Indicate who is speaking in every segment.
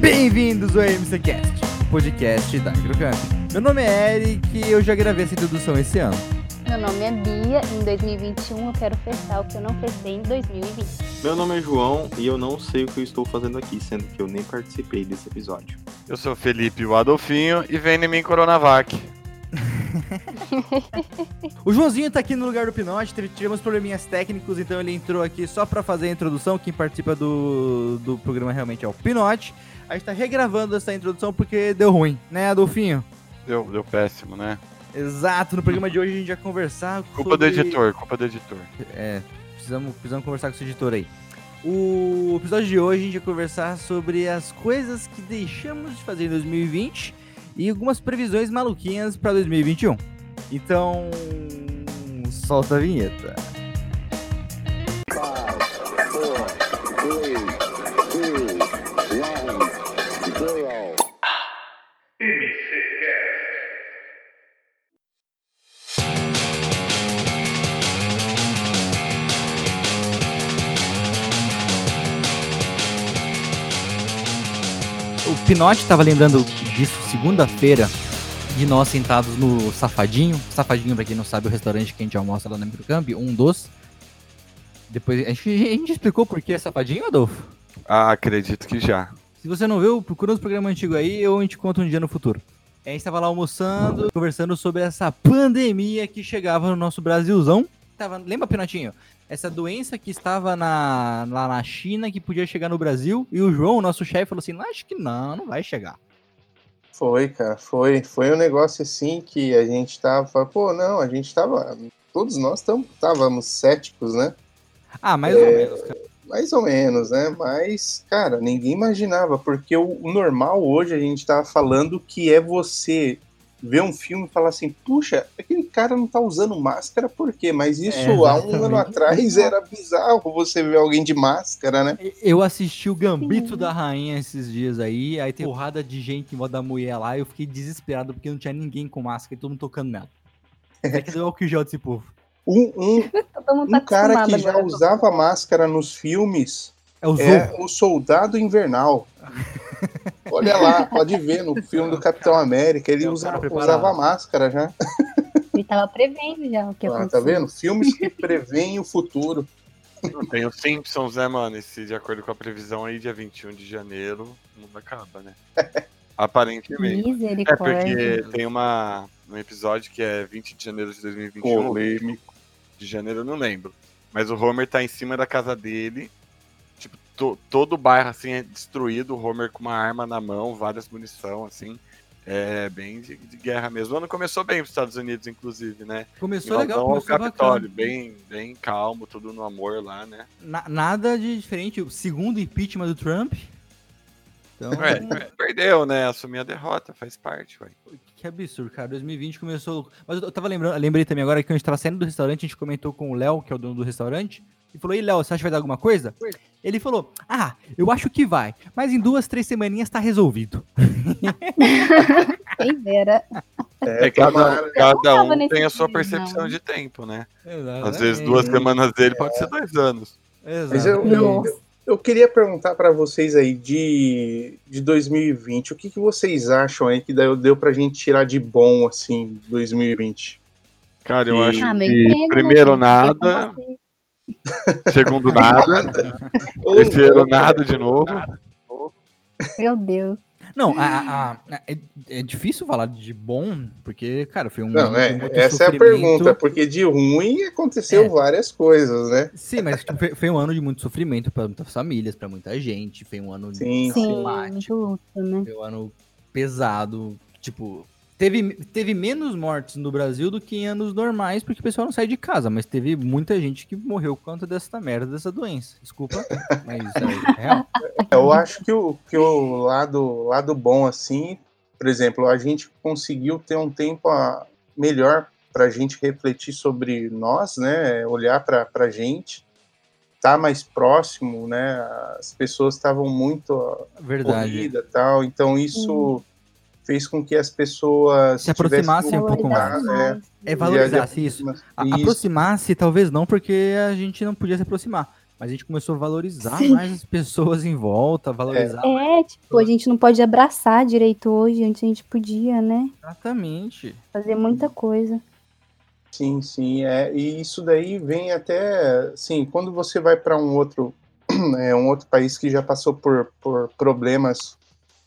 Speaker 1: Bem-vindos ao MCCast, podcast da Microcamp. Meu nome é Eric e eu já gravei essa introdução esse ano.
Speaker 2: Meu nome é Bia, em 2021 eu quero festar o que eu não festei em 2020.
Speaker 3: Meu nome é João e eu não sei o que eu estou fazendo aqui, sendo que eu nem participei desse episódio.
Speaker 4: Eu sou o Felipe, o Adolfinho, e vem em mim Coronavac.
Speaker 1: O Joãozinho tá aqui no lugar do Pinote, tri- tivemos probleminhas técnicos, então ele entrou aqui só pra fazer a introdução. Quem participa do, do programa realmente é o Pinote. A gente tá regravando essa introdução porque deu ruim, né, Adolfinho?
Speaker 4: Deu, deu péssimo, né?
Speaker 1: Exato, no programa de hoje a gente vai conversar.
Speaker 4: Culpa
Speaker 1: sobre-
Speaker 4: do editor, culpa do editor.
Speaker 1: É, precisamos, precisamos conversar com esse editor aí. O episódio de hoje a gente vai conversar sobre as coisas que deixamos de fazer em 2020 e algumas previsões maluquinhas pra 2021. Então, solta a vinheta. O Pinote tava lembrando disso segunda-feira, de nós sentados no Safadinho. Safadinho, pra quem não sabe, é o restaurante que a gente almoça lá na Microcamp, um dos. Depois, a gente, a gente explicou por que é Safadinho, Adolfo?
Speaker 4: Ah, acredito que já.
Speaker 1: Se você não viu, procura nos programas antigos aí ou a gente conta um dia no futuro. A gente tava lá almoçando, conversando sobre essa pandemia que chegava no nosso Brasilzão. Tava, lembra, Pinotinho? Essa doença que estava na, lá na China, que podia chegar no Brasil, e o João, nosso chefe, falou assim: "Não, acho que não, não vai chegar.
Speaker 5: Foi, cara, foi. Foi um negócio assim que a gente tava, pô, não, a gente tava, todos nós estávamos céticos, né?
Speaker 1: Ah, mais ou menos, cara.
Speaker 5: Mais ou menos, né? Mas, cara, ninguém imaginava, porque o, o normal hoje a gente tava falando que é você ver um filme e falar assim, puxa, aquele cara não tá usando máscara, por quê? Mas isso
Speaker 1: É,
Speaker 5: há um
Speaker 1: exatamente.
Speaker 5: ano atrás era bizarro você ver alguém de máscara, né?
Speaker 1: Eu assisti o Gambito da Rainha esses dias aí, aí tem porrada de gente em moda da mulher lá, e eu fiquei desesperado porque não tinha ninguém com máscara e todo mundo tocando nela. É que deu álcool em gel desse povo.
Speaker 5: Um, um,
Speaker 2: Todo mundo tá
Speaker 5: um cara
Speaker 2: acostumado
Speaker 5: que já
Speaker 2: agora.
Speaker 5: usava máscara nos filmes
Speaker 1: É o Zorro.
Speaker 5: É o Soldado Invernal. Olha lá, pode ver no filme do Capitão América, ele
Speaker 1: É um
Speaker 5: usa-
Speaker 1: cara preparado.
Speaker 5: usava máscara já.
Speaker 2: Ele tava prevendo já o que
Speaker 5: Ah,
Speaker 2: aconteceu.
Speaker 5: tá vendo? Filmes que preveem o futuro.
Speaker 4: Tem os Simpsons, né, mano? E se de acordo com a previsão aí, dia 21 de janeiro, o mundo acaba, né? Aparentemente. É
Speaker 2: Misericórdia.
Speaker 4: porque tem uma, um episódio que é 20 de janeiro de 2021.
Speaker 5: Polêmico.
Speaker 4: de janeiro, eu não lembro. Mas o Homer tá em cima da casa dele. Tipo, to- todo o bairro assim é destruído, o Homer com uma arma na mão, várias munição, assim. É bem de, de guerra mesmo. O ano começou bem pros Estados Unidos, inclusive, né?
Speaker 1: Começou
Speaker 4: Invasão
Speaker 1: legal,
Speaker 4: ao
Speaker 1: começou bacana.
Speaker 4: Capitólio, bem, bem calmo, tudo no amor lá, né?
Speaker 1: Na- nada de diferente. O segundo impeachment do Trump. Então,
Speaker 4: Ué, perdeu, né? Assumir a derrota, faz parte, ué.
Speaker 1: que absurdo, cara. 2020 começou. Mas eu tava lembrando, lembrei também agora que a gente tava saindo do restaurante, a gente comentou com o Léo, que é o dono do restaurante, e falou: Ei, Léo, você acha que vai dar alguma coisa? Ele falou: Ah, eu acho que vai, mas em duas, três semaninhas tá resolvido.
Speaker 2: Quem dera.
Speaker 5: É,
Speaker 4: É, cada,
Speaker 5: tomara.
Speaker 4: cada
Speaker 2: tava
Speaker 4: um
Speaker 2: nesse
Speaker 4: tem a sua
Speaker 2: nível,
Speaker 4: percepção
Speaker 2: não.
Speaker 4: de tempo, né? Às vezes duas
Speaker 1: semanas.
Speaker 4: semanas dele pode ser dois anos.
Speaker 5: Mas eu, eu,
Speaker 2: Nossa.
Speaker 5: eu queria perguntar pra vocês aí de, de 2020, o que, que vocês acham aí que deu, deu pra gente tirar de bom, assim, 2020?
Speaker 4: Cara, eu
Speaker 5: E-
Speaker 4: acho
Speaker 2: Ah, meu
Speaker 4: que
Speaker 2: emprego, né,
Speaker 4: primeiro
Speaker 2: gente?
Speaker 4: nada,
Speaker 6: assim?
Speaker 4: segundo nada,
Speaker 5: Ou-
Speaker 4: Terceiro nada de novo.
Speaker 2: Meu Deus.
Speaker 1: Não, a- a- a- é, é difícil falar de bom, porque, cara, foi um.
Speaker 5: Não,
Speaker 1: um
Speaker 5: é,
Speaker 1: muito
Speaker 5: essa é a
Speaker 1: sofrimento.
Speaker 5: pergunta, porque de ruim aconteceu
Speaker 1: É.
Speaker 5: várias coisas, né?
Speaker 1: Sim, mas tipo, foi, foi um ano de muito sofrimento pra muitas famílias, pra muita gente. Foi um ano
Speaker 5: Sim,
Speaker 1: de
Speaker 2: Sim,
Speaker 1: combate,
Speaker 2: muito luto, né?
Speaker 1: foi um ano pesado. Tipo, teve, teve menos mortes no Brasil do que em anos normais, porque o pessoal não sai de casa, mas teve muita gente que morreu por conta dessa merda, dessa doença. Desculpa, mas é real.
Speaker 5: Eu acho que o, que o lado, lado bom, assim, por exemplo, a gente conseguiu ter um tempo a- melhor para a gente refletir sobre nós, né? Olhar para a gente, estar mais próximo, né? As pessoas estavam muito
Speaker 1: Verdade.
Speaker 5: corridas tal, então isso fez com que as pessoas
Speaker 1: Se aproximassem
Speaker 5: tivessem
Speaker 1: um pouco mais.
Speaker 5: né?
Speaker 2: Valorizasse
Speaker 1: É valorizasse isso.
Speaker 5: Isso.
Speaker 1: A- Aproximar-se, talvez não, porque a gente não podia se aproximar. Mas a gente começou a valorizar
Speaker 6: Sim.
Speaker 1: mais as pessoas em volta, valorizar
Speaker 6: É, tipo, a gente não pode abraçar direito hoje, antes a gente podia, né?
Speaker 1: exatamente.
Speaker 6: Fazer muita coisa.
Speaker 5: Sim, sim, é, e isso daí vem até, assim, quando você vai para um outro, é, um outro país que já passou por, por problemas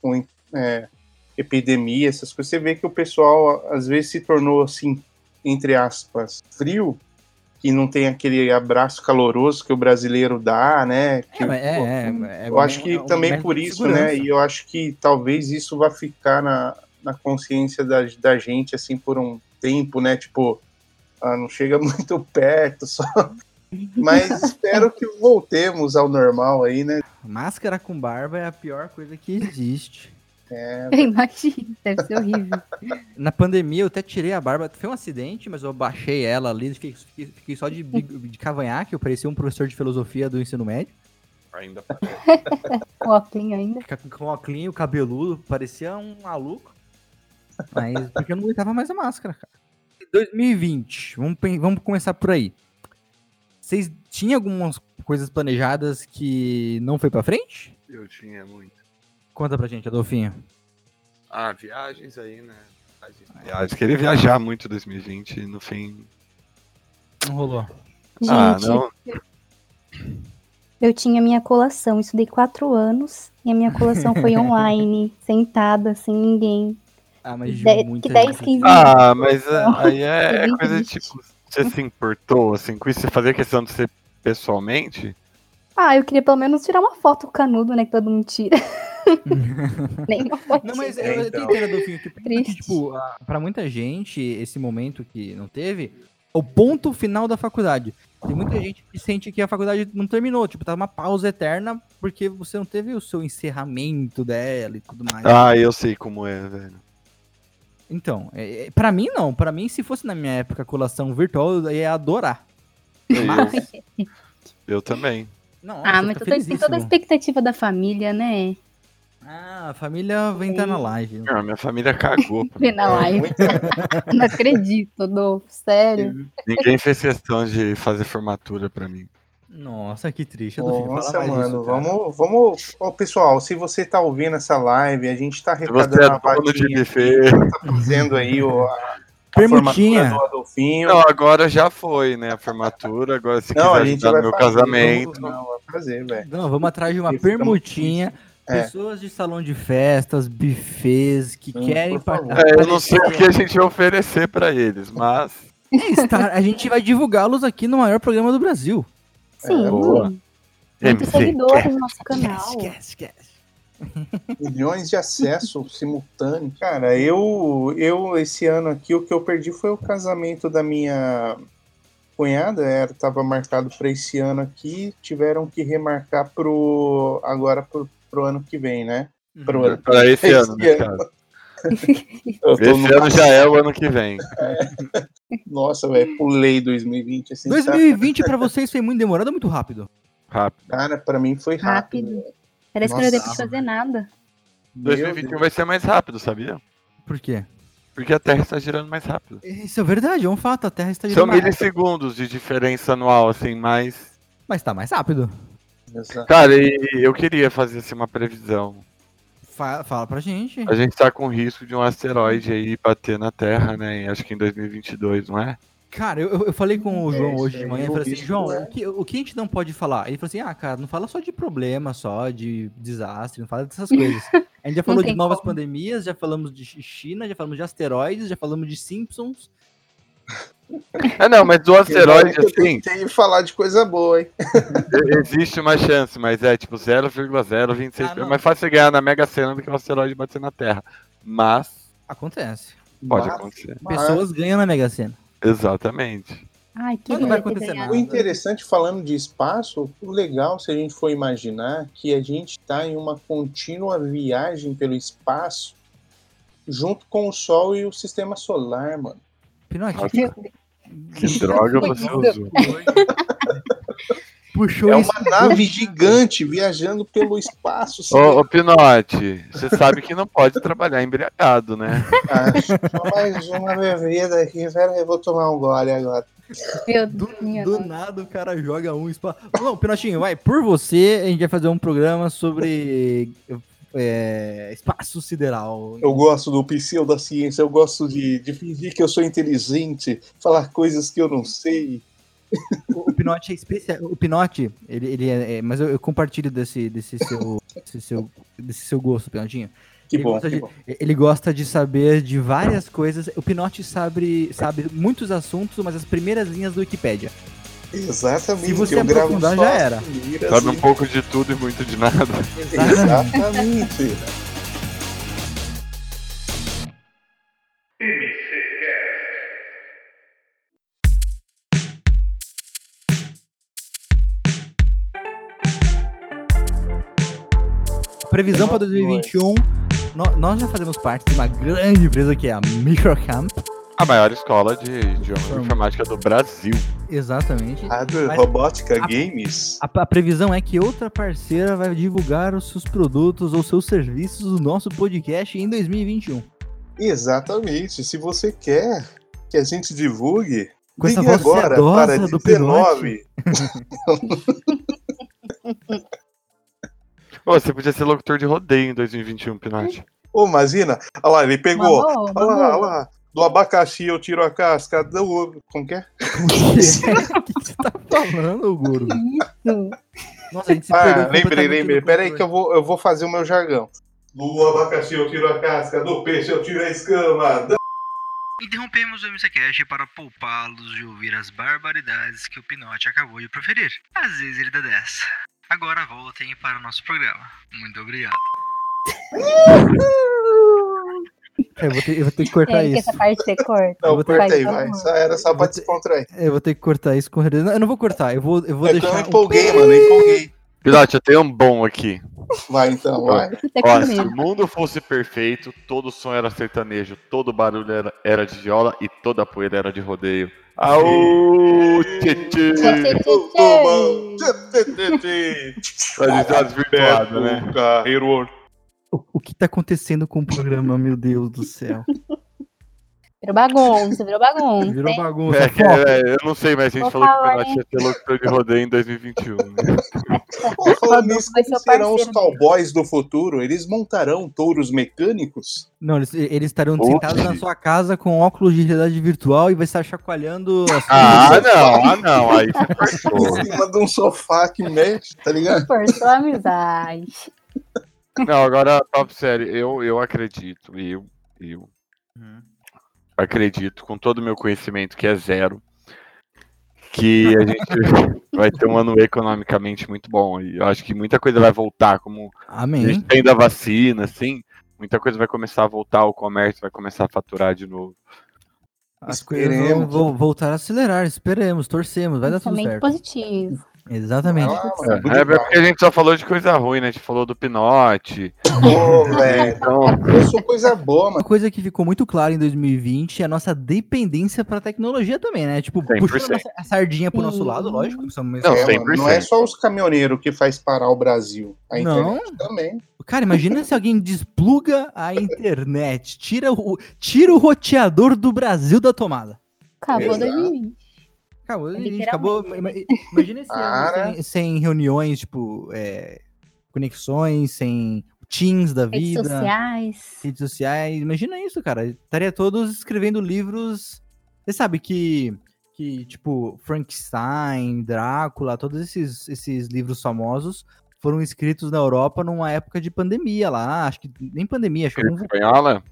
Speaker 5: com é, epidemia, essas coisas, você vê que o pessoal às vezes se tornou assim, entre aspas, frio, que não tem aquele abraço caloroso que o brasileiro dá, né? Que,
Speaker 1: É, mas é,
Speaker 5: pô,
Speaker 1: é, é,
Speaker 5: eu acho que
Speaker 1: é um
Speaker 5: também
Speaker 1: método
Speaker 5: por
Speaker 1: de
Speaker 5: isso, né?
Speaker 1: segurança.
Speaker 5: E eu acho que talvez isso vá ficar na, na consciência da, da gente, assim, por um tempo, né? Tipo, ah, não chega muito perto, só. Mas espero que voltemos ao normal aí, né?
Speaker 1: Máscara com barba é a pior coisa que existe.
Speaker 5: É.
Speaker 6: Eu imagino, deve ser horrível.
Speaker 1: Na pandemia eu até tirei a barba, foi um acidente, mas eu baixei ela ali, fiquei, fiquei- fiquei só de, bigo- de cavanhaque, eu parecia um professor de filosofia do ensino médio,
Speaker 4: Ainda parece.
Speaker 6: O óculos ainda.
Speaker 1: com- com óculos, cabeludo, parecia um maluco. Mas porque eu não aguentava mais a máscara, cara. 2020, vamos, pen- vamos começar por aí. Vocês tinham algumas coisas planejadas que não foi pra frente?
Speaker 4: Eu tinha muito.
Speaker 1: Conta pra gente, Adolfinho.
Speaker 4: Ah, viagens aí, né? Viagens. viagens. Queria viajar muito em 2020, no fim.
Speaker 1: Não rolou.
Speaker 6: Gente,
Speaker 4: ah, não.
Speaker 6: eu tinha minha colação, estudei quatro anos e a minha colação foi online, sentada, sem ninguém.
Speaker 1: Ah, mas de
Speaker 6: Dez-
Speaker 1: muita
Speaker 6: que 10,
Speaker 1: gente.
Speaker 6: 15 minutos.
Speaker 4: Ah, mas é, aí é,
Speaker 6: Foi bem
Speaker 4: coisa
Speaker 6: triste.
Speaker 4: tipo. Você se importou, assim, com isso? Você fazia questão de ser pessoalmente?
Speaker 6: Ah, eu queria pelo menos tirar uma foto com o canudo, né? Que todo mundo tira. Nem uma foto.
Speaker 1: Não, mas
Speaker 5: É,
Speaker 1: eu, eu tô
Speaker 5: então.
Speaker 1: entendendo, Adolfinho, que, que
Speaker 6: Triste.
Speaker 1: tipo, a- pra muita gente, esse momento que não teve, é o ponto final da faculdade. Tem muita gente que sente que a faculdade não terminou, tipo, tá uma pausa eterna, porque você não teve o seu encerramento dela e tudo mais.
Speaker 4: Ah, eu sei como é, velho.
Speaker 1: Então, é, é- pra mim não, pra mim se fosse na minha época colação virtual, eu ia adorar.
Speaker 4: Eu, eu também.
Speaker 1: Não, você
Speaker 6: Ah,
Speaker 1: tá
Speaker 6: mas
Speaker 1: fica
Speaker 6: tu tem- tem toda a
Speaker 1: felizíssimo.
Speaker 6: expectativa da família, né?
Speaker 1: Ah, a família vem estar na live.
Speaker 4: Não, minha família cagou. pra mim.
Speaker 1: É,
Speaker 6: Vê na live. Não acredito, Adolfo. Sério.
Speaker 4: Ninguém fez questão de fazer formatura pra mim.
Speaker 1: Nossa, que triste. Adolfinho, fala
Speaker 5: Nossa,
Speaker 1: mais
Speaker 5: mano,
Speaker 1: disso, cara.
Speaker 5: vamos, vamos. Ô, pessoal, se você tá ouvindo essa live, a gente tá
Speaker 4: Se você
Speaker 5: arrecadando
Speaker 4: é
Speaker 5: a
Speaker 4: dono de
Speaker 5: vaquinha,
Speaker 4: buffet.
Speaker 5: tá fazendo aí o, a, a
Speaker 1: Permutinha.
Speaker 5: formatura do Adolfinho.
Speaker 4: Não, agora já foi, né? A formatura. Agora, se
Speaker 5: Não,
Speaker 4: quiser
Speaker 5: a gente
Speaker 4: ajudar
Speaker 5: vai
Speaker 4: no meu
Speaker 5: fazer,
Speaker 4: casamento.
Speaker 5: Não, não, vai fazer, velho.
Speaker 1: Não, vamos atrás de uma
Speaker 5: Porque fica muito
Speaker 1: permutinha.
Speaker 5: É.
Speaker 1: Pessoas de salão de festas, buffets, que
Speaker 5: Hum,
Speaker 1: querem
Speaker 5: por favor.
Speaker 1: participar.
Speaker 4: É, eu não sei o que a gente vai oferecer pra eles, mas.
Speaker 1: Estar- a gente vai divulgá-los aqui no maior programa do Brasil. é,
Speaker 6: Sim.
Speaker 4: boa.
Speaker 6: Muito seguidor no nosso canal.
Speaker 1: Esquece, esquece.
Speaker 5: milhões de acessos simultâneos. Cara, eu, eu esse ano aqui, o que eu perdi foi o casamento da minha cunhada, era, tava marcado para esse ano aqui, tiveram que remarcar pro agora pro, pro ano que vem, né? Pro ano.
Speaker 4: Pra esse
Speaker 5: Esse
Speaker 4: ano, nesse
Speaker 5: ano.
Speaker 4: caso.
Speaker 5: Eu tô
Speaker 4: Esse
Speaker 5: no-
Speaker 4: ano já é o ano que vem.
Speaker 5: Nossa, velho, pulei 2020
Speaker 4: tá-
Speaker 5: assim, sabe?
Speaker 1: 2020 pra vocês foi muito demorado ou muito rápido?
Speaker 4: Rápido.
Speaker 5: Cara, pra mim foi rápido.
Speaker 6: Rápido. Parece que eu não
Speaker 5: Nossa.
Speaker 6: devo fazer nada.
Speaker 5: Meu
Speaker 4: 2021
Speaker 5: Deus.
Speaker 4: vai ser mais rápido, sabia?
Speaker 1: Por quê?
Speaker 4: Porque a Terra está girando mais rápido.
Speaker 1: Isso é verdade, é um fato. A Terra está
Speaker 4: São
Speaker 1: girando mais rápido.
Speaker 4: milissegundos de diferença anual, assim, mas.
Speaker 1: Mas tá mais rápido.
Speaker 5: Exato.
Speaker 4: Cara, e eu queria fazer assim, uma previsão.
Speaker 1: Fa- fala pra gente.
Speaker 4: A gente tá com risco de um asteroide aí bater na Terra, né? Acho que em 2022, não é?
Speaker 1: Cara, eu- eu, eu falei com o
Speaker 5: É,
Speaker 1: João
Speaker 5: isso
Speaker 1: hoje de
Speaker 5: aí,
Speaker 1: manhã, eu
Speaker 5: o
Speaker 1: falei assim,
Speaker 5: risco
Speaker 1: João,
Speaker 5: é-
Speaker 1: o que, o que a gente não pode falar? Ele falou assim, ah, cara, não fala só de problema, só de desastre, não fala dessas coisas. A gente já falou de
Speaker 6: tem
Speaker 1: novas
Speaker 6: como.
Speaker 1: pandemias, já falamos de chi- China, já falamos de asteroides, já falamos de Simpsons.
Speaker 4: Ah, não, mas do asteroide,
Speaker 5: Eu
Speaker 4: assim,
Speaker 5: tentei falar de coisa boa, hein?
Speaker 4: e- existe uma chance, mas é tipo 0,026.
Speaker 1: Ah,
Speaker 4: é
Speaker 1: não.
Speaker 4: mais fácil você ganhar na Mega Sena do que um asteroide bater na Terra. Mas
Speaker 1: Acontece.
Speaker 4: pode
Speaker 5: Mas-
Speaker 4: acontecer.
Speaker 5: mas-
Speaker 1: Pessoas ganham na Mega Sena.
Speaker 4: Exatamente.
Speaker 6: Ai, que
Speaker 1: Mas não vai
Speaker 6: lindo ter
Speaker 1: acontecer
Speaker 6: ganhado.
Speaker 5: O interessante, falando de espaço, o legal, se a gente for imaginar, que a gente está em uma contínua viagem pelo espaço junto com o Sol e o Sistema Solar, mano.
Speaker 1: Pinocchio
Speaker 6: Meu Deus.
Speaker 4: Que droga você
Speaker 6: Coisa.
Speaker 4: usou.
Speaker 1: puxou
Speaker 5: É
Speaker 1: isso.
Speaker 5: uma nave gigante viajando pelo espaço.
Speaker 4: Ô,
Speaker 5: sem
Speaker 4: ô Pinote, você sabe que não pode trabalhar embriagado, né?
Speaker 5: acho. Só mais uma bebida aqui, pera aí, eu vou tomar um gole agora.
Speaker 6: Meu
Speaker 1: Do,
Speaker 6: Deus, minha
Speaker 1: do
Speaker 6: nossa.
Speaker 1: nada o cara joga um spa. Não, Pinotinho, vai, por você, a gente vai fazer um programa sobre é, espaço sideral.
Speaker 5: Eu gosto do pseudociência, eu gosto de, de fingir que eu sou inteligente, falar coisas que eu não sei.
Speaker 1: O, o Pinote é especial. O Pinote, ele, ele é, é- Mas eu, eu compartilho desse, desse, seu, desse, seu, desse seu gosto, Pinotinho.
Speaker 5: Que
Speaker 1: Ele
Speaker 5: bom,
Speaker 1: gosta
Speaker 5: que
Speaker 1: de-
Speaker 5: bom.
Speaker 1: Ele gosta de saber de várias coisas. O Pinote sabe, sabe muitos assuntos, mas as primeiras linhas do Wikipédia.
Speaker 5: Exatamente.
Speaker 1: Se você
Speaker 5: eu gravo
Speaker 1: aprofundar,
Speaker 5: só
Speaker 1: já
Speaker 5: as
Speaker 1: era.
Speaker 5: primeiras
Speaker 4: Sabe um
Speaker 5: e-
Speaker 4: pouco de tudo e muito de nada.
Speaker 5: Exatamente.
Speaker 1: Previsão para 2021. nó- um. Nós já fazemos parte de uma grande empresa que é a Microcamp.
Speaker 4: A maior escola de idiomas e informática do Brasil.
Speaker 1: Exatamente.
Speaker 5: Rádio
Speaker 1: Mas-
Speaker 5: Robótica
Speaker 1: a-
Speaker 5: Games.
Speaker 1: A, a previsão é que outra parceira vai divulgar os seus produtos ou seus serviços do nosso podcast em 2021.
Speaker 5: Exatamente. Se você quer que a gente divulgue,
Speaker 1: Com essa
Speaker 5: ligue
Speaker 1: voz
Speaker 5: agora
Speaker 1: sedosa
Speaker 5: para
Speaker 1: do
Speaker 5: 19.
Speaker 4: Ô, você podia ser locutor de rodeio em 2021, Pinote.
Speaker 5: Ô, imagina. Olha lá, ele
Speaker 6: Uma
Speaker 5: pegou.
Speaker 6: boa, uma
Speaker 5: Olha lá, olha
Speaker 6: boa.
Speaker 5: lá. Do abacaxi eu tiro a casca. Do... Como que é?
Speaker 1: O que, o que você tá falando, Guru?
Speaker 6: Isso.
Speaker 1: Nossa, a gente se
Speaker 5: Ah,
Speaker 1: perdeu
Speaker 5: lembrei,
Speaker 1: completamente
Speaker 5: lembrei.
Speaker 1: no
Speaker 5: Pera aí
Speaker 1: controle.
Speaker 5: que eu vou, eu vou fazer o meu jargão. Do abacaxi eu tiro a casca, do peixe eu tiro a escama.
Speaker 1: Interrompemos o MCCast para poupá-los de ouvir as barbaridades que o Pinote acabou de proferir. Às vezes ele dá dessa. Agora voltem para o nosso programa. Muito obrigado. É, eu, vou ter, eu vou ter que cortar
Speaker 6: Sério que
Speaker 1: isso.
Speaker 6: É, essa parte você corta?
Speaker 5: Não,
Speaker 1: vou ter-
Speaker 5: corta aí,
Speaker 6: Vai, tá
Speaker 5: vai.
Speaker 6: bom.
Speaker 5: Só era só pra descontrair.
Speaker 1: Eu vou ter que cortar isso com certeza. Não, Eu não vou cortar, eu vou, eu vou
Speaker 5: É que eu
Speaker 1: deixar. um
Speaker 5: empolguei, mano, eu empolguei.
Speaker 4: Pinote, eu tenho um bom aqui.
Speaker 5: Vai então, vai.
Speaker 6: Tá
Speaker 4: Ó,
Speaker 6: com
Speaker 4: se o
Speaker 6: medo.
Speaker 4: mundo fosse perfeito, todo som era sertanejo, todo barulho era, era de viola e toda poeira era de rodeio. Aô, tchê
Speaker 6: Tchê, tchê,
Speaker 5: Eu
Speaker 6: tchê.
Speaker 5: tomo- tchê, tê, tê, tê.
Speaker 4: virtuada, né?
Speaker 5: Beto Carreiro.
Speaker 1: O, o que tá acontecendo com o programa, meu Deus do céu?
Speaker 6: Virou bagunça, virou bagunça.
Speaker 1: Virou
Speaker 6: hein?
Speaker 1: bagunça.
Speaker 4: É, que,
Speaker 1: Foco.
Speaker 4: é, eu não sei, mas a gente
Speaker 6: Vou
Speaker 4: falou que o
Speaker 6: falar,
Speaker 4: Pinote ia ser locutor de rodeio em 2021. né?
Speaker 5: Pô, falando
Speaker 6: Rodolfo
Speaker 5: nisso,
Speaker 6: vai ser
Speaker 5: como
Speaker 6: o
Speaker 5: serão os
Speaker 6: parceiro né?
Speaker 5: cowboys do futuro? Eles montarão touros mecânicos?
Speaker 1: Não, eles, eles estarão
Speaker 4: Oxi.
Speaker 1: sentados na sua casa com óculos de realidade virtual e vai estar chacoalhando. as-
Speaker 4: Ah, não, ah, não, aí você forçou.
Speaker 5: Em cima de um sofá que mexe, tá ligado?
Speaker 6: Forçou a amizade.
Speaker 4: Não, agora, papo sério, eu, eu acredito, eu, eu acredito, com todo o meu conhecimento, que é zero, que a gente vai ter um ano economicamente muito bom. E eu acho que muita coisa vai voltar, como a
Speaker 1: Amém.
Speaker 4: gente tem da vacina, assim, muita coisa vai começar a voltar, o comércio vai começar a faturar de novo.
Speaker 1: As coisas vão,
Speaker 5: Esperemos.
Speaker 1: vou- voltar a acelerar, esperemos, torcemos, vai dar tudo
Speaker 6: Pensamento
Speaker 1: certo.
Speaker 6: positivo.
Speaker 1: Exatamente.
Speaker 5: Ah, mano, muito
Speaker 4: É,
Speaker 5: legal.
Speaker 4: porque a gente só falou de coisa ruim, né? A gente falou do Pinote,
Speaker 5: Pô, velho.
Speaker 4: então...
Speaker 5: Eu sou coisa boa,
Speaker 1: Uma
Speaker 5: mano.
Speaker 1: coisa que ficou muito clara em 2020 é a nossa dependência para tecnologia também, né? Tipo,
Speaker 4: 100%.
Speaker 1: puxando a nossa- a sardinha pro nosso
Speaker 6: Sim.
Speaker 1: lado, lógico. Somos...
Speaker 4: Não,
Speaker 5: É,
Speaker 4: sim.
Speaker 5: mano, não é
Speaker 4: 100%.
Speaker 5: só os caminhoneiros que faz parar o Brasil. A
Speaker 1: Não.
Speaker 5: internet também.
Speaker 1: Cara, imagina se alguém despluga a internet, tira o, tira o roteador do Brasil da tomada.
Speaker 6: Acabou
Speaker 5: Exato.
Speaker 6: 2020.
Speaker 1: Acabou, gente,
Speaker 6: Literalmente.
Speaker 1: acabou. ima- Imagina esse ano
Speaker 5: Cara.
Speaker 1: sem, sem reuniões, tipo, é, conexões, sem teams da
Speaker 6: Redes
Speaker 1: vida.
Speaker 6: sociais.
Speaker 1: redes sociais. Imagina isso, cara. Estaria todos escrevendo livros. Você sabe que, que tipo, Frankenstein, Drácula, todos esses, esses livros famosos foram escritos na Europa numa época de pandemia lá. Acho que nem pandemia, acho que algum...
Speaker 4: Espanhola?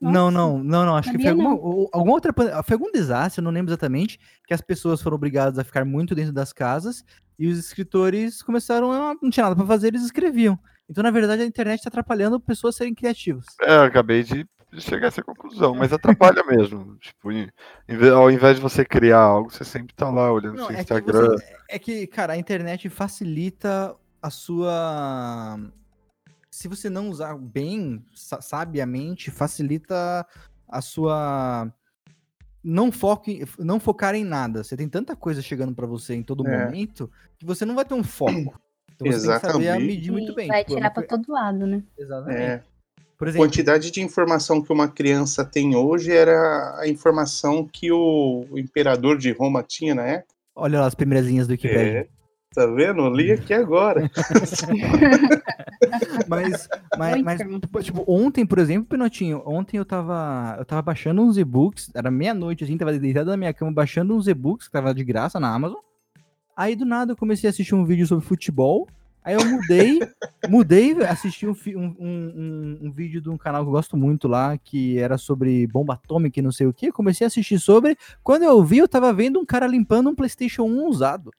Speaker 1: Não, não, não, não. Acho que foi
Speaker 6: Sabia
Speaker 1: alguma, ou- alguma outra. pan- Foi algum desastre, eu não lembro exatamente. Que as pessoas foram obrigadas a ficar muito dentro das casas e os escritores começaram a. Não tinha nada pra fazer, eles escreviam. Então, na verdade, a internet tá atrapalhando pessoas serem criativas.
Speaker 4: É, eu acabei de chegar a essa conclusão, mas atrapalha mesmo. Tipo, em- em vez- ao invés de você criar algo, você sempre tá lá olhando
Speaker 1: Não,
Speaker 4: seu
Speaker 1: é que
Speaker 4: Instagram.
Speaker 1: você- é que, cara, a internet facilita a sua. Se você não usar bem, sa- sabiamente, facilita a sua. Não, foque, não focar em nada. Você tem tanta coisa chegando pra você em todo
Speaker 5: É.
Speaker 1: momento que você não vai ter um foco. Então você tem que saber a
Speaker 5: Exatamente.
Speaker 1: medir muito
Speaker 6: E
Speaker 1: bem.
Speaker 6: Vai
Speaker 1: Tipo, é
Speaker 6: tirar
Speaker 1: uma
Speaker 6: pra
Speaker 1: coi-
Speaker 6: todo lado, né?
Speaker 1: Exatamente.
Speaker 5: É.
Speaker 1: Por
Speaker 5: A
Speaker 1: exemplo,
Speaker 5: quantidade de informação que uma criança tem hoje era a informação que o imperador de Roma tinha na época.
Speaker 1: olha lá as primeiras linhas do Wikipedia.
Speaker 5: É, tá vendo? Eu li aqui agora.
Speaker 1: Mas, mas,
Speaker 6: Muita
Speaker 1: mas,
Speaker 6: informação.
Speaker 1: tipo, tipo, ontem, por exemplo, Pinotinho, ontem eu tava, eu tava baixando uns e-books, era meia-noite, assim, tava deitado na minha cama baixando uns e-books, que tava de graça na Amazon. Aí, do nada, eu comecei a assistir um vídeo sobre futebol, aí eu mudei, mudei, assisti um, fi- um, um, um- um vídeo de um canal que eu gosto muito lá, que era sobre bomba atômica e não sei o que, comecei a assistir sobre, quando eu vi, eu tava vendo um cara limpando um Playstation 1 usado.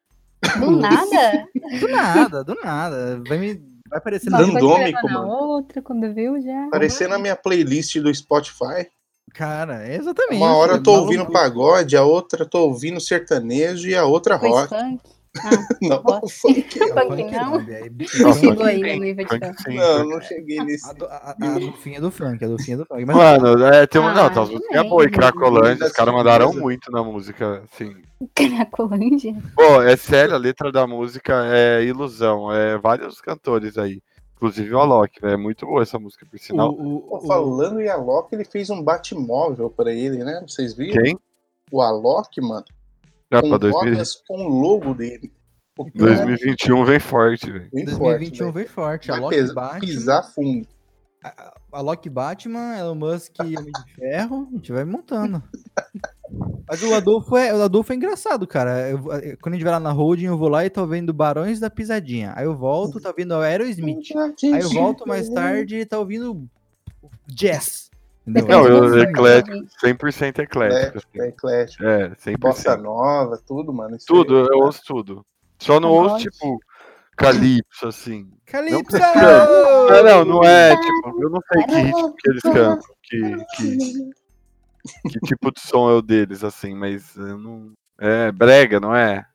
Speaker 2: Do nada?
Speaker 1: Do nada, do nada, vai me... Vai parecendo
Speaker 5: Dando
Speaker 6: Foi
Speaker 5: Randômico,
Speaker 6: escrevendo na
Speaker 5: mano.
Speaker 6: outra, quando viu já.
Speaker 5: Aparecendo
Speaker 1: Uhum.
Speaker 5: a minha playlist do Spotify.
Speaker 1: Cara, é exatamente.
Speaker 5: Uma hora eu tô
Speaker 1: Maluco.
Speaker 5: ouvindo pagode, a outra eu tô ouvindo sertanejo e a outra
Speaker 2: Foi
Speaker 5: rock.
Speaker 2: funk?
Speaker 5: Não,
Speaker 2: rock.
Speaker 5: funk. é
Speaker 6: tá
Speaker 1: Não,
Speaker 2: Funk
Speaker 1: funk é
Speaker 2: não.
Speaker 1: não, velho.
Speaker 2: Não
Speaker 4: Nossa,
Speaker 2: chegou
Speaker 4: funk
Speaker 2: ainda
Speaker 4: sim,
Speaker 2: no nível de
Speaker 4: funk
Speaker 2: funk.
Speaker 4: sim,
Speaker 5: Não,
Speaker 4: funk
Speaker 5: não
Speaker 4: sim.
Speaker 5: cheguei nesse.
Speaker 1: A do, a, a- a do fim é do funk, a do fim é do funk. Mas
Speaker 4: Mano, é, tem uma. não, tá as
Speaker 6: Ah,
Speaker 4: músicas boas, e
Speaker 6: lembro.
Speaker 4: Cracolândia, os caras mandaram
Speaker 5: Surpresa.
Speaker 4: muito na música, assim.
Speaker 6: Cracolândia.
Speaker 4: Pô, é sério, a letra da música é ilusão. É vários cantores aí. Inclusive o Alok, velho. É muito boa essa música, por
Speaker 1: o,
Speaker 4: sinal.
Speaker 1: o,
Speaker 5: Pô,
Speaker 1: o,
Speaker 5: Falando em Alok, ele fez um Batmóvel pra ele, né? Vocês viram?
Speaker 4: Quem?
Speaker 5: O Alok, mano,
Speaker 4: Já
Speaker 5: com
Speaker 4: Tá
Speaker 5: é
Speaker 4: pra 2000,
Speaker 5: rodas com o logo dele. O cara
Speaker 4: 2021 vem forte, velho.
Speaker 5: bem forte,
Speaker 1: 2021
Speaker 5: velho.
Speaker 1: veio forte. A
Speaker 5: Vai
Speaker 1: Loki
Speaker 5: pesa-
Speaker 1: Batman,
Speaker 5: pisar fundo.
Speaker 1: a Loki Batman, Elon Musk e Homem de Ferro, a gente vai montando. Mas o Adolfo é, o Adolfo é engraçado, cara. Eu- eu- quando a gente vai lá na holding, eu vou lá e tô vendo Barões da Pisadinha. Aí eu volto, tá vendo Aerosmith. Aí eu volto mais tarde e tá ouvindo jazz. Entendeu?
Speaker 4: Não, eu-
Speaker 6: Depende da
Speaker 4: eclético.
Speaker 6: música, gente.
Speaker 4: 100% eclético.
Speaker 5: É
Speaker 4: Assim.
Speaker 5: eclético.
Speaker 4: É,
Speaker 5: Bossa
Speaker 4: 100%.
Speaker 5: nova, tudo, mano. Isso
Speaker 4: Tudo,
Speaker 5: aí.
Speaker 4: eu ouço tudo. Só não
Speaker 6: Eu
Speaker 4: ouço,
Speaker 6: gosto.
Speaker 4: tipo, Calypso, assim.
Speaker 1: Calypso!
Speaker 4: Não, não, não é, tipo, eu não sei que ritmo que eles cantam, que, que, que tipo de som é o deles, assim, mas eu não. É, brega, não é?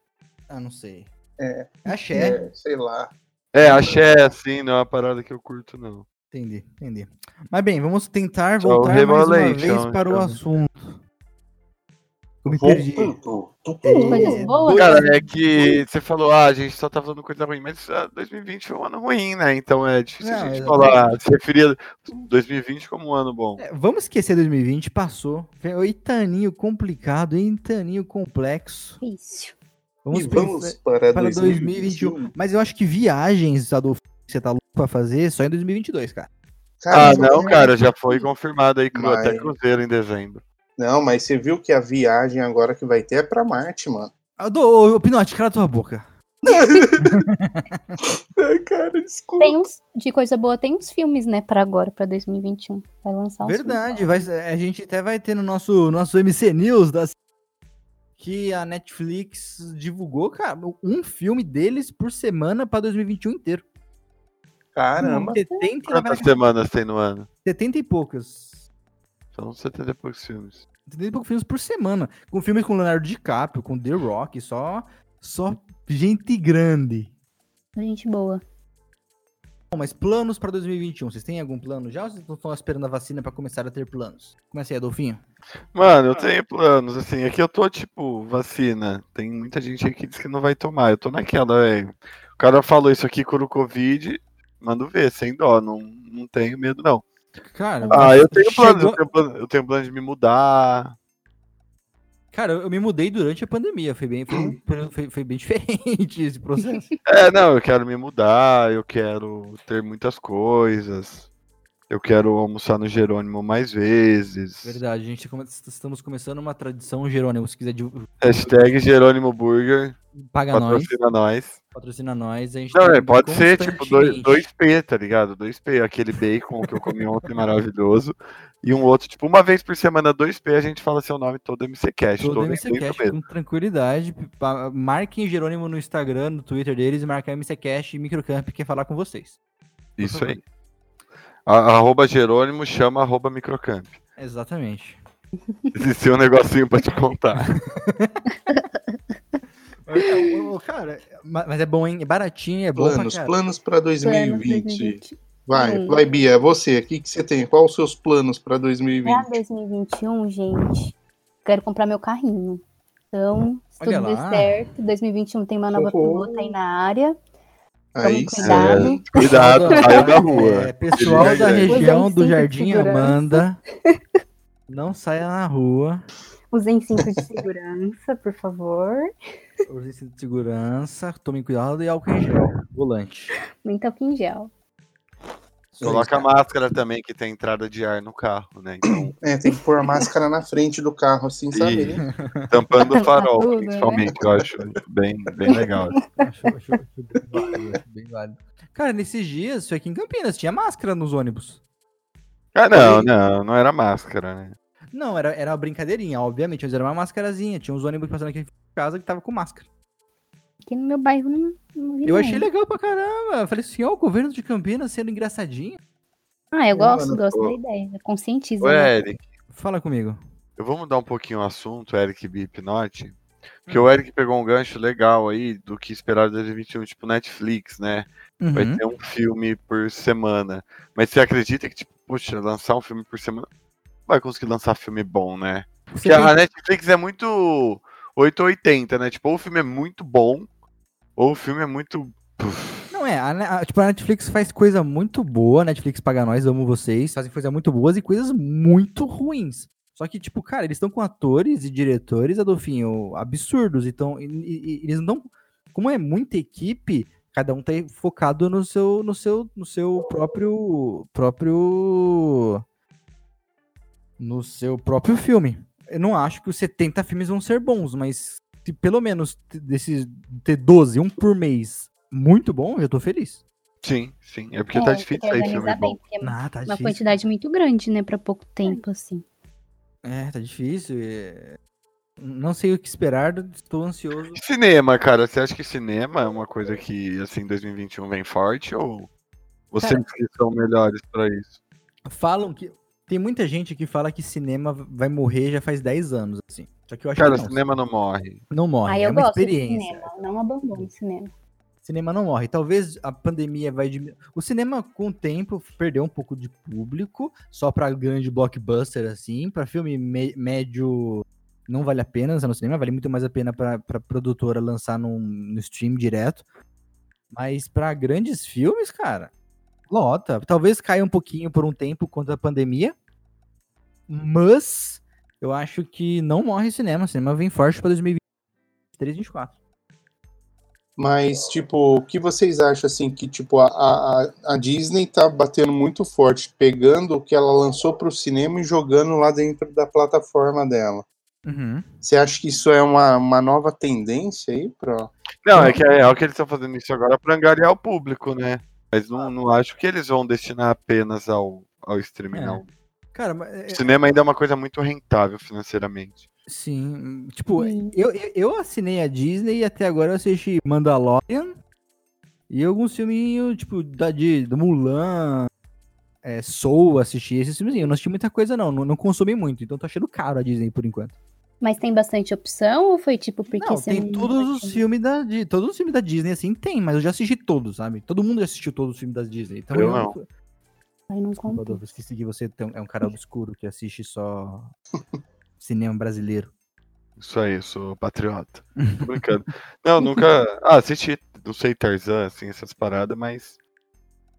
Speaker 1: Ah, não sei.
Speaker 5: É.
Speaker 1: Axé.
Speaker 5: É, sei lá.
Speaker 4: É, axé, assim, não é uma parada que eu curto, não.
Speaker 1: Entendi, entendi. Mas bem, vamos tentar
Speaker 4: Só o
Speaker 1: voltar mais uma
Speaker 4: Rebolation,
Speaker 1: vez para o
Speaker 4: então.
Speaker 1: assunto. Eu me
Speaker 5: Voltou.
Speaker 1: perdi.
Speaker 2: Coisas boas.
Speaker 4: Cara, é que você falou, ah, a gente só tá falando coisa ruim, mas ah, 2020 foi um ano ruim, né? Então é difícil
Speaker 1: Não,
Speaker 4: a gente
Speaker 1: exatamente.
Speaker 4: falar, se referir a 2020 como um ano bom.
Speaker 1: É, vamos esquecer 2020, passou. Foi o itaninho complicado, itaninho complexo.
Speaker 6: Difícil.
Speaker 1: Vamos,
Speaker 5: e
Speaker 1: pensar
Speaker 5: vamos para,
Speaker 1: para
Speaker 5: 2021.
Speaker 1: 2021. Mas eu acho que viagens, Adolfo, que você tá louco pra fazer, só em 2022, cara.
Speaker 4: Ah,
Speaker 5: mas- é.
Speaker 4: não, cara, já foi confirmado aí, cru-
Speaker 5: Mas-
Speaker 4: até Cruzeiro em dezembro.
Speaker 5: Não, mas você viu que a viagem agora que vai ter é pra Marte, mano.
Speaker 1: Adolfo, Ah, ô, Pinote, cala tua boca.
Speaker 5: Ai, cara, desculpa.
Speaker 6: Tem uns, de coisa boa, tem uns filmes, né, pra agora, pra 2021. Vai lançar uns
Speaker 1: Verdade, vai, a gente até vai ter no nosso, nosso MC News das que a Netflix divulgou, cara, um filme deles por semana pra 2021 inteiro.
Speaker 5: Caramba.
Speaker 1: 70, ela vai-
Speaker 4: Quantas semanas tem no ano?
Speaker 1: 70 e poucas.
Speaker 4: São 70 e poucos filmes.
Speaker 1: 70 e poucos filmes por semana. Com filmes com Leonardo DiCaprio, com The Rock, só, só gente grande.
Speaker 6: filmes. Gente boa.
Speaker 1: Bom, mas planos pra 2021, vocês têm algum plano já ou vocês estão esperando a vacina pra começar a ter planos? Começa aí, Adolfinho.
Speaker 4: Mano, eu tenho planos, assim, aqui eu tô, tipo, vacina. Tem muita gente aí que diz que não vai tomar. Eu tô naquela, velho. O cara falou isso aqui cura o Covid, mando ver, sem dó, não, não tenho medo, não.
Speaker 1: Cara,
Speaker 4: Ah, eu tenho
Speaker 1: chegou-
Speaker 4: plano, eu tenho plano, eu tenho plano de me mudar.
Speaker 1: Cara, eu eu me mudei durante a pandemia, foi bem, foi,
Speaker 4: Uhum.
Speaker 1: um período- foi- foi bem diferente esse processo.
Speaker 4: É, não, eu quero me mudar, eu quero ter muitas coisas. Eu quero almoçar no Jerônimo mais vezes.
Speaker 1: Verdade, a gente come- estamos começando uma tradição, Jerônimo, se quiser de-
Speaker 4: Hashtag Jerônimo Burger,
Speaker 1: paga nós,
Speaker 4: patrocina nós.
Speaker 1: patrocina nós, a gente
Speaker 4: Não,
Speaker 1: tá
Speaker 4: é, pode ser tipo dois-
Speaker 1: constantemente.
Speaker 4: 2P, tá ligado? 2P, aquele bacon que eu comi ontem maravilhoso. E um outro, tipo, uma vez por semana, 2P, a gente fala seu nome todo MC Cash.
Speaker 1: Todo
Speaker 4: Todo
Speaker 1: MC
Speaker 4: MC
Speaker 1: Cash com tranquilidade. pa- Marquem Jerônimo no Instagram, no Twitter deles, e marquem MC Cash e Microcamp quer falar com vocês. Por
Speaker 4: Isso
Speaker 1: favor.
Speaker 4: aí. A- arroba Jerônimo chama arroba microcamp.
Speaker 1: Exatamente.
Speaker 4: Existiu um negocinho pra te contar.
Speaker 1: É, Ô, ô, Cara, ma- mas é bom, hein? É baratinho, é bom pra
Speaker 5: Planos,
Speaker 1: caralho.
Speaker 5: planos pra
Speaker 6: Plano
Speaker 5: 2020.
Speaker 6: 2020.
Speaker 5: Vai,
Speaker 6: Hum.
Speaker 5: vai, Bia, é você, o que, que você tem? Quais os seus planos pra 2020?
Speaker 6: Pra 2021, gente, quero comprar meu carrinho. Então, se
Speaker 1: Olha
Speaker 6: tudo der
Speaker 1: lá.
Speaker 6: certo, 2021 tem uma nova
Speaker 5: Uhul.
Speaker 6: pilota aí na área. Tome
Speaker 4: Aí sim.
Speaker 6: cuidado.
Speaker 1: Pessoal
Speaker 3: Cuidado, saiu da rua.
Speaker 1: É, pessoal da
Speaker 4: Usem
Speaker 1: região do
Speaker 6: cinto de
Speaker 1: Jardim
Speaker 6: segurança.
Speaker 1: Amanda, não saia na rua.
Speaker 6: Usem cinto de segurança, por favor.
Speaker 1: Use cinto de segurança, tome cuidado e álcool em gel. Volante.
Speaker 6: Muito álcool em gel.
Speaker 1: é.
Speaker 4: Coloca a máscara também, que tem entrada de ar no carro, né? Então,
Speaker 5: É, tem que pôr a máscara na frente do carro, assim, sabe? né?
Speaker 4: tampando o farol,
Speaker 6: Tudo, né?
Speaker 4: principalmente, eu acho bem, bem legal.
Speaker 1: Acho- acho- acho bem válido, acho bem válido. Cara, nesses dias, isso aqui em Campinas, tinha máscara nos ônibus.
Speaker 4: Ah, não, não, não era máscara, né?
Speaker 1: Não, era, era uma brincadeirinha, obviamente, mas era uma máscarazinha. Tinha uns ônibus passando aqui em casa que tava com máscara.
Speaker 6: Aqui no meu bairro não, não vi
Speaker 1: Eu achei
Speaker 6: não.
Speaker 1: legal pra caramba. Eu Falei assim, ó, o governo de Campinas sendo engraçadinho.
Speaker 6: Ah, eu gosto,
Speaker 5: Mano,
Speaker 6: gosto
Speaker 4: ô.
Speaker 6: da ideia. Conscientiza.
Speaker 4: Ô,
Speaker 6: né?
Speaker 4: Eric,
Speaker 1: Fala comigo.
Speaker 4: eu vou mudar um pouquinho o assunto, Eric Bipnote.
Speaker 6: Hum.
Speaker 4: Porque o Eric pegou um gancho legal aí do que esperar de 2021, tipo Netflix, né? Vai
Speaker 1: Uhum.
Speaker 4: ter um filme por semana. Mas você acredita que, tipo, puxa, lançar um filme por semana, vai conseguir lançar filme bom, né?
Speaker 1: Você
Speaker 4: Porque a
Speaker 1: tem-
Speaker 4: Netflix é muito 880, né? Tipo, ou o filme é muito bom, ou o filme é muito.
Speaker 1: Não é, a, Ne- a- tipo, a Netflix faz coisa muito boa, a Netflix paga nós, amo vocês, fazem coisas muito boas e coisas muito ruins. Só que, tipo, cara, eles estão com atores e diretores, Adolfinho, absurdos. Então, e- e- e eles não. Como é muita equipe, cada um tá aí focado no seu, no seu, no seu próprio. próprio. No seu próprio filme. Eu não acho que os 70 filmes vão ser bons, mas se pelo menos t- desses ter 12, um por mês, muito bom, eu já tô feliz.
Speaker 4: Sim, sim. É porque
Speaker 6: É,
Speaker 4: tá
Speaker 6: tem
Speaker 4: difícil
Speaker 6: que
Speaker 4: sair
Speaker 6: organizar
Speaker 4: filme
Speaker 6: bem,
Speaker 4: bom.
Speaker 6: porque é
Speaker 1: Ah, tá
Speaker 6: uma
Speaker 1: difícil.
Speaker 6: quantidade muito grande, né, pra pouco tempo, assim.
Speaker 1: É, tá difícil. é. Não sei o que esperar, estou ansioso.
Speaker 4: E Cinema, cara, você acha que cinema é uma coisa que, assim, 2021 vem forte? Ou vocês
Speaker 1: Cara-
Speaker 4: que são melhores pra isso?
Speaker 1: Falam que. Tem muita gente que fala que cinema vai morrer já faz 10 anos, assim. Só que eu acho
Speaker 4: Cara,
Speaker 1: que não,
Speaker 4: cinema não morre.
Speaker 1: não morre.
Speaker 6: Aí
Speaker 1: é
Speaker 6: Ah, eu
Speaker 1: uma
Speaker 6: gosto de
Speaker 1: experiência.
Speaker 6: cinema, não abandono o cinema.
Speaker 1: cinema não morre. Talvez a pandemia vai diminuir. O cinema, com o tempo, perdeu um pouco de público, só pra grande blockbuster, assim. Pra filme mé- médio, não vale a pena lançar no cinema, vale muito mais a pena pra, pra produtora lançar num- no stream direto. Mas pra grandes filmes, cara, lota. Talvez caia um pouquinho por um tempo contra a pandemia, mas eu acho que não morre cinema. O cinema vem forte pra 2023, 2024.
Speaker 5: Mas, tipo, o que vocês acham, assim, que, tipo, a, a, a Disney tá batendo muito forte, pegando o que ela lançou pro cinema e jogando lá dentro da plataforma dela.
Speaker 1: Uhum.
Speaker 5: Você acha que isso é uma, uma nova tendência aí, pro?
Speaker 4: Não, é que é, o que eles estão fazendo isso agora pra angariar o público, né? Mas não, não acho que eles vão destinar apenas ao, ao streaming,
Speaker 1: É.
Speaker 4: não.
Speaker 1: Cara, mas, é-
Speaker 4: O cinema ainda é uma coisa muito rentável financeiramente.
Speaker 1: Sim, tipo,
Speaker 6: Sim.
Speaker 1: eu, eu, eu assinei a Disney e até agora eu assisti Mandalorian e alguns filminhos, tipo, da, de, do Mulan, é, Soul, assisti esses filmes. Eu não assisti muita coisa, não, não, não consumi muito, então tô achando caro a Disney por enquanto.
Speaker 6: Mas tem bastante opção ou foi tipo porque
Speaker 1: não,
Speaker 6: você
Speaker 1: tem todos os
Speaker 6: achou?
Speaker 1: filmes da de, todos os filmes da Disney, assim, tem, mas eu já assisti todos, sabe? Todo mundo já assistiu todos os filmes da Disney. Então
Speaker 4: Eu
Speaker 1: eu
Speaker 4: não.
Speaker 6: Aí não
Speaker 1: Desculpa,
Speaker 6: conta.
Speaker 1: Adolfo, esqueci que você tem- é um cara obscuro que assiste só cinema brasileiro.
Speaker 4: Isso aí, eu sou patriota. Tô brincando. Não, nunca. Ah, assisti, não sei, Tarzan, assim, essas paradas, mas.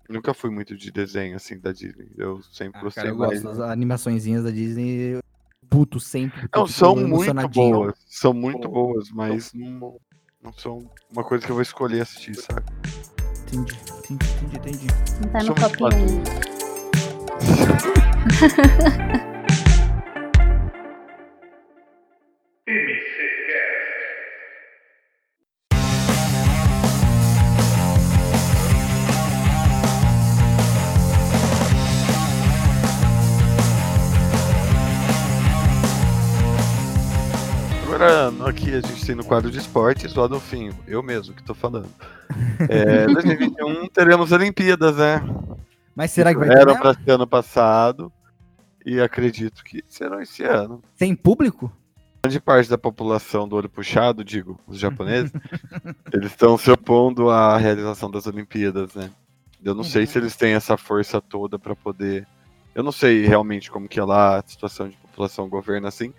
Speaker 4: Nunca fui muito de desenho, assim, da Disney. Eu sempre
Speaker 1: Ah,
Speaker 4: gostei
Speaker 1: cara, eu
Speaker 4: mais. né?
Speaker 1: gosto das animações da Disney. eu Puto sempre. porque
Speaker 4: Não,
Speaker 1: eu fico
Speaker 4: são muito
Speaker 1: emocionadinho.
Speaker 4: boas. São muito boas, mas
Speaker 3: Então,
Speaker 4: não, não são uma coisa que eu vou escolher assistir, sabe?
Speaker 1: Entendi, entendi, entendi, entendi.
Speaker 6: Não tá no
Speaker 4: Somos
Speaker 6: top 1.
Speaker 4: Agora, no- aqui a gente tem no quadro de esportes o Adolfinho, eu mesmo que tô falando. É, 2021 teremos Olimpíadas, né?
Speaker 1: Mas será que vai ter
Speaker 4: Eram
Speaker 1: mesmo?
Speaker 4: pra ser ano passado e acredito que serão esse ano.
Speaker 1: sem público?
Speaker 4: grande parte da população do olho puxado, digo, os japoneses, eles estão se opondo à realização das Olimpíadas, né? Eu não sei se eles têm essa força toda para poder. Eu não sei realmente como que é lá a situação de população governa assim,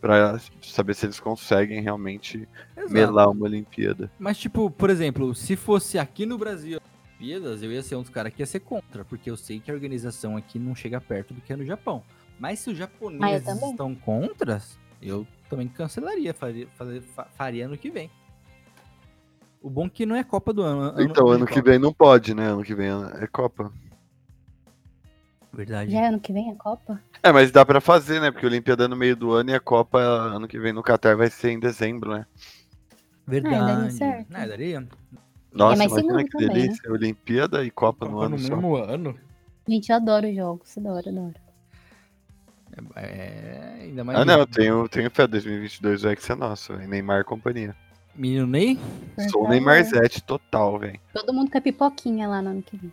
Speaker 4: Pra saber se eles conseguem realmente melar uma Olimpíada.
Speaker 1: Mas, tipo, por exemplo, se fosse aqui no Brasil as Olimpíadas, eu ia ser um dos caras que ia ser contra, porque eu sei que a organização aqui não chega perto do que é no Japão. Mas se os japoneses
Speaker 2: Ah, eu também.
Speaker 1: estão contra, eu também cancelaria, faria, fazer- fa- faria ano que vem. O bom é que não é Copa do ano.
Speaker 4: Então, ano
Speaker 1: de
Speaker 4: que
Speaker 1: Copa.
Speaker 4: vem não pode, né? Ano que vem é Copa.
Speaker 1: Verdade.
Speaker 6: Já é ano que vem a Copa?
Speaker 4: É, mas dá pra fazer, né? Porque a Olimpíada é no meio do ano e a Copa ano que vem no Catar vai ser em dezembro, né?
Speaker 1: Verdade.
Speaker 6: Ah, daria certo.
Speaker 1: Ah, daria.
Speaker 4: Nossa,
Speaker 6: mais
Speaker 4: imagina
Speaker 6: seguro
Speaker 4: que
Speaker 6: também, né?
Speaker 4: delícia. Olimpíada e Copa Tá no ano só.
Speaker 1: ano?
Speaker 6: Gente, eu adoro jogos, adoro, adoro.
Speaker 1: É, ainda mais.
Speaker 4: Ah, não, eu tenho, tenho fé. 2022 vai é que ser nosso. velho. Neymar e companhia.
Speaker 1: Menino Ney?
Speaker 4: Sou o
Speaker 6: Então,
Speaker 4: Neymarzete total, velho.
Speaker 6: Todo mundo com a pipoquinha lá no ano que vem.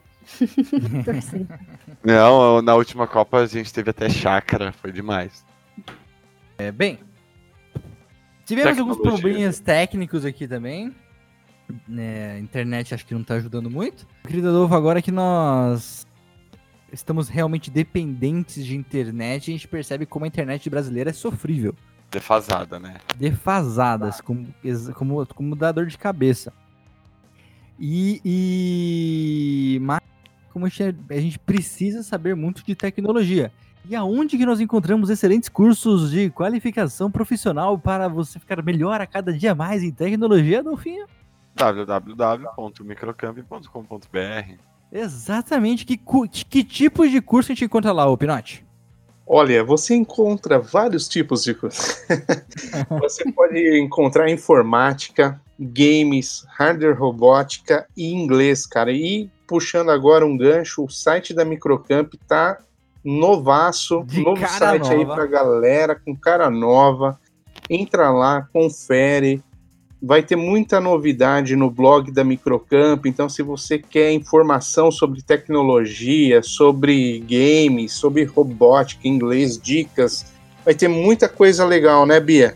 Speaker 6: Torcida.
Speaker 4: Não, na última Copa a gente teve até chácara, foi demais.
Speaker 1: É, bem. Tivemos alguns
Speaker 4: Tecnologia.
Speaker 1: probleminhas técnicos aqui também. né, a internet acho que não tá ajudando muito. Querido Adolfo, agora que nós estamos realmente dependentes de internet, a gente percebe como a internet brasileira é sofrível.
Speaker 4: Defasada, né?
Speaker 6: Tá.
Speaker 1: Defasadas, como, ex- como, como dá dor de cabeça. E, e mas como a gente, a gente precisa saber muito de tecnologia. E aonde que nós encontramos excelentes cursos de qualificação profissional para você ficar melhor a cada dia mais em tecnologia, Adolfinho?
Speaker 4: www.microcamp.com.br
Speaker 1: Exatamente. Que, cu- que, que tipos de curso a gente encontra lá, ô Pinote?
Speaker 5: Olha, você encontra vários tipos de curso. você pode encontrar informática, games, hardware robótica e inglês, cara. E puxando agora um gancho, o site da Microcamp tá novaço,
Speaker 1: De
Speaker 5: novo
Speaker 1: cara
Speaker 5: site aí
Speaker 1: nova.
Speaker 5: pra galera, com cara nova. Entra lá, confere. Vai ter muita novidade no blog da Microcamp, então se você quer informação sobre tecnologia, sobre games, sobre robótica, inglês, dicas, vai ter muita coisa legal, né, Bia?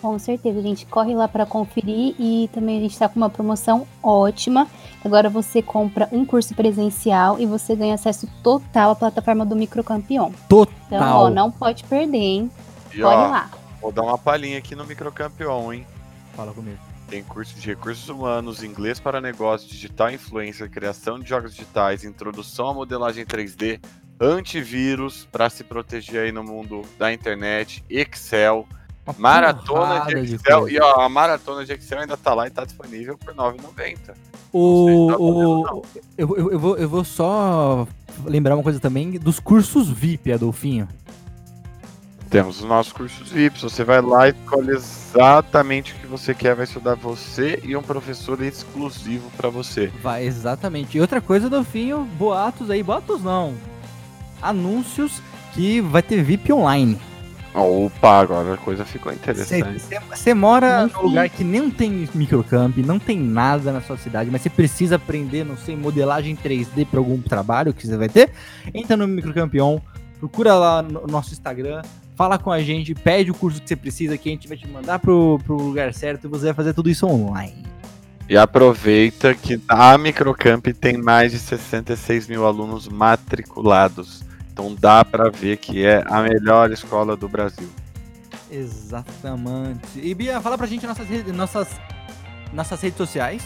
Speaker 6: Com certeza, gente. Corre lá para conferir e também a gente tá com uma promoção ótima. Agora você compra um curso presencial e você ganha acesso total à plataforma do Microcampeão. Então, ó,
Speaker 1: Total.
Speaker 6: não pode perder, hein?
Speaker 4: E
Speaker 6: Corre
Speaker 4: ó,
Speaker 6: lá.
Speaker 4: vou dar uma palhinha aqui no Microcampeon, hein?
Speaker 1: Fala comigo.
Speaker 4: Tem curso de recursos humanos, inglês para negócios, digital influencer, criação de jogos digitais, introdução à modelagem 3D, antivírus para se proteger aí no mundo da internet, Excel,
Speaker 1: Uma
Speaker 4: maratona
Speaker 1: porrada
Speaker 4: de Excel.
Speaker 1: coisa.
Speaker 4: e ó, a maratona de Excel ainda tá lá e tá disponível por R$ 9,90.
Speaker 1: O,
Speaker 4: Não sei se tá
Speaker 1: o,
Speaker 4: valendo,
Speaker 1: eu, eu, eu vou, eu vou só lembrar uma coisa também dos cursos VIP, é, Adolfinho.
Speaker 4: Temos os nossos cursos VIPs. Você vai lá e escolhe exatamente o que você quer, vai estudar você e um professor exclusivo para você.
Speaker 1: Vai, exatamente. E outra coisa, Adolfinho, boatos aí, boatos não. Anúncios que vai ter VIP online.
Speaker 4: Opa, agora a coisa ficou interessante.
Speaker 1: Você mora
Speaker 6: Enfim.
Speaker 1: num lugar que não tem microcamp, não tem nada na sua cidade, mas você precisa aprender, não sei, modelagem 3D para algum trabalho que você vai ter. Entra no Microcampeon, procura lá no nosso Instagram, fala com a gente, pede o curso que você precisa, que a gente vai te mandar pro, pro lugar certo e você vai fazer tudo isso online.
Speaker 4: E aproveita que a Microcamp tem mais de 66 mil alunos matriculados. Então dá para ver que é a melhor escola do Brasil.
Speaker 1: Exatamente. E Bia, fala pra gente nossas, redes- nossas, nossas redes sociais.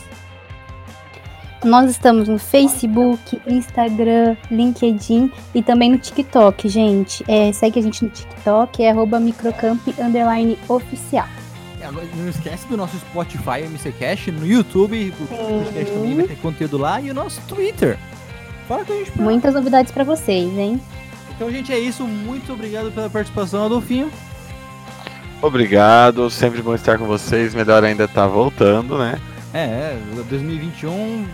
Speaker 6: Nós estamos no Facebook, Instagram, LinkedIn e também no TikTok, gente. É, segue a gente no TikTok, é arroba microcamp underline oficial.
Speaker 1: E É, agora, Não esquece do nosso Spotify MC Cash, no YouTube, o podcast também vai ter conteúdo lá, e o nosso Twitter. Fala com a gente. por lá.
Speaker 6: Muitas novidades pra vocês, hein?
Speaker 1: Então, gente, é isso. Muito obrigado pela participação, Adolfinho.
Speaker 4: Obrigado, sempre bom estar com vocês. Melhor ainda tá voltando, né?
Speaker 1: É, é, 2021,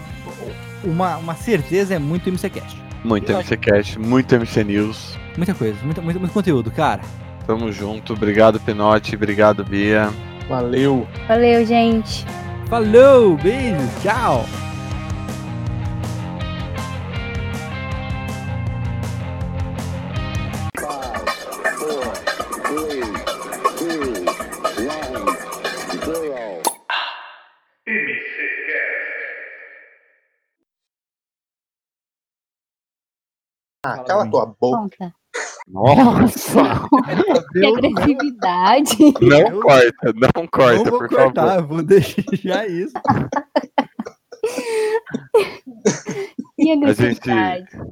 Speaker 1: uma, uma certeza é muito MC Cash.
Speaker 4: Muito MC Cast, muito MC News.
Speaker 1: Muita coisa, muita, muito, muito conteúdo, cara.
Speaker 4: Tamo junto. Obrigado, Pinote. Obrigado, Bia.
Speaker 5: Valeu!
Speaker 6: Valeu, gente!
Speaker 1: Falou, beijo, tchau.
Speaker 5: Ah, cala tua boca! Ah,
Speaker 6: Conta.
Speaker 4: Nossa!
Speaker 6: Que
Speaker 1: Eu
Speaker 6: agressividade.
Speaker 4: Não corta, não corta,
Speaker 1: não vou
Speaker 4: por
Speaker 1: cortar,
Speaker 4: favor.
Speaker 1: vou deixar isso.
Speaker 6: Que
Speaker 4: A gente-
Speaker 6: agressividade.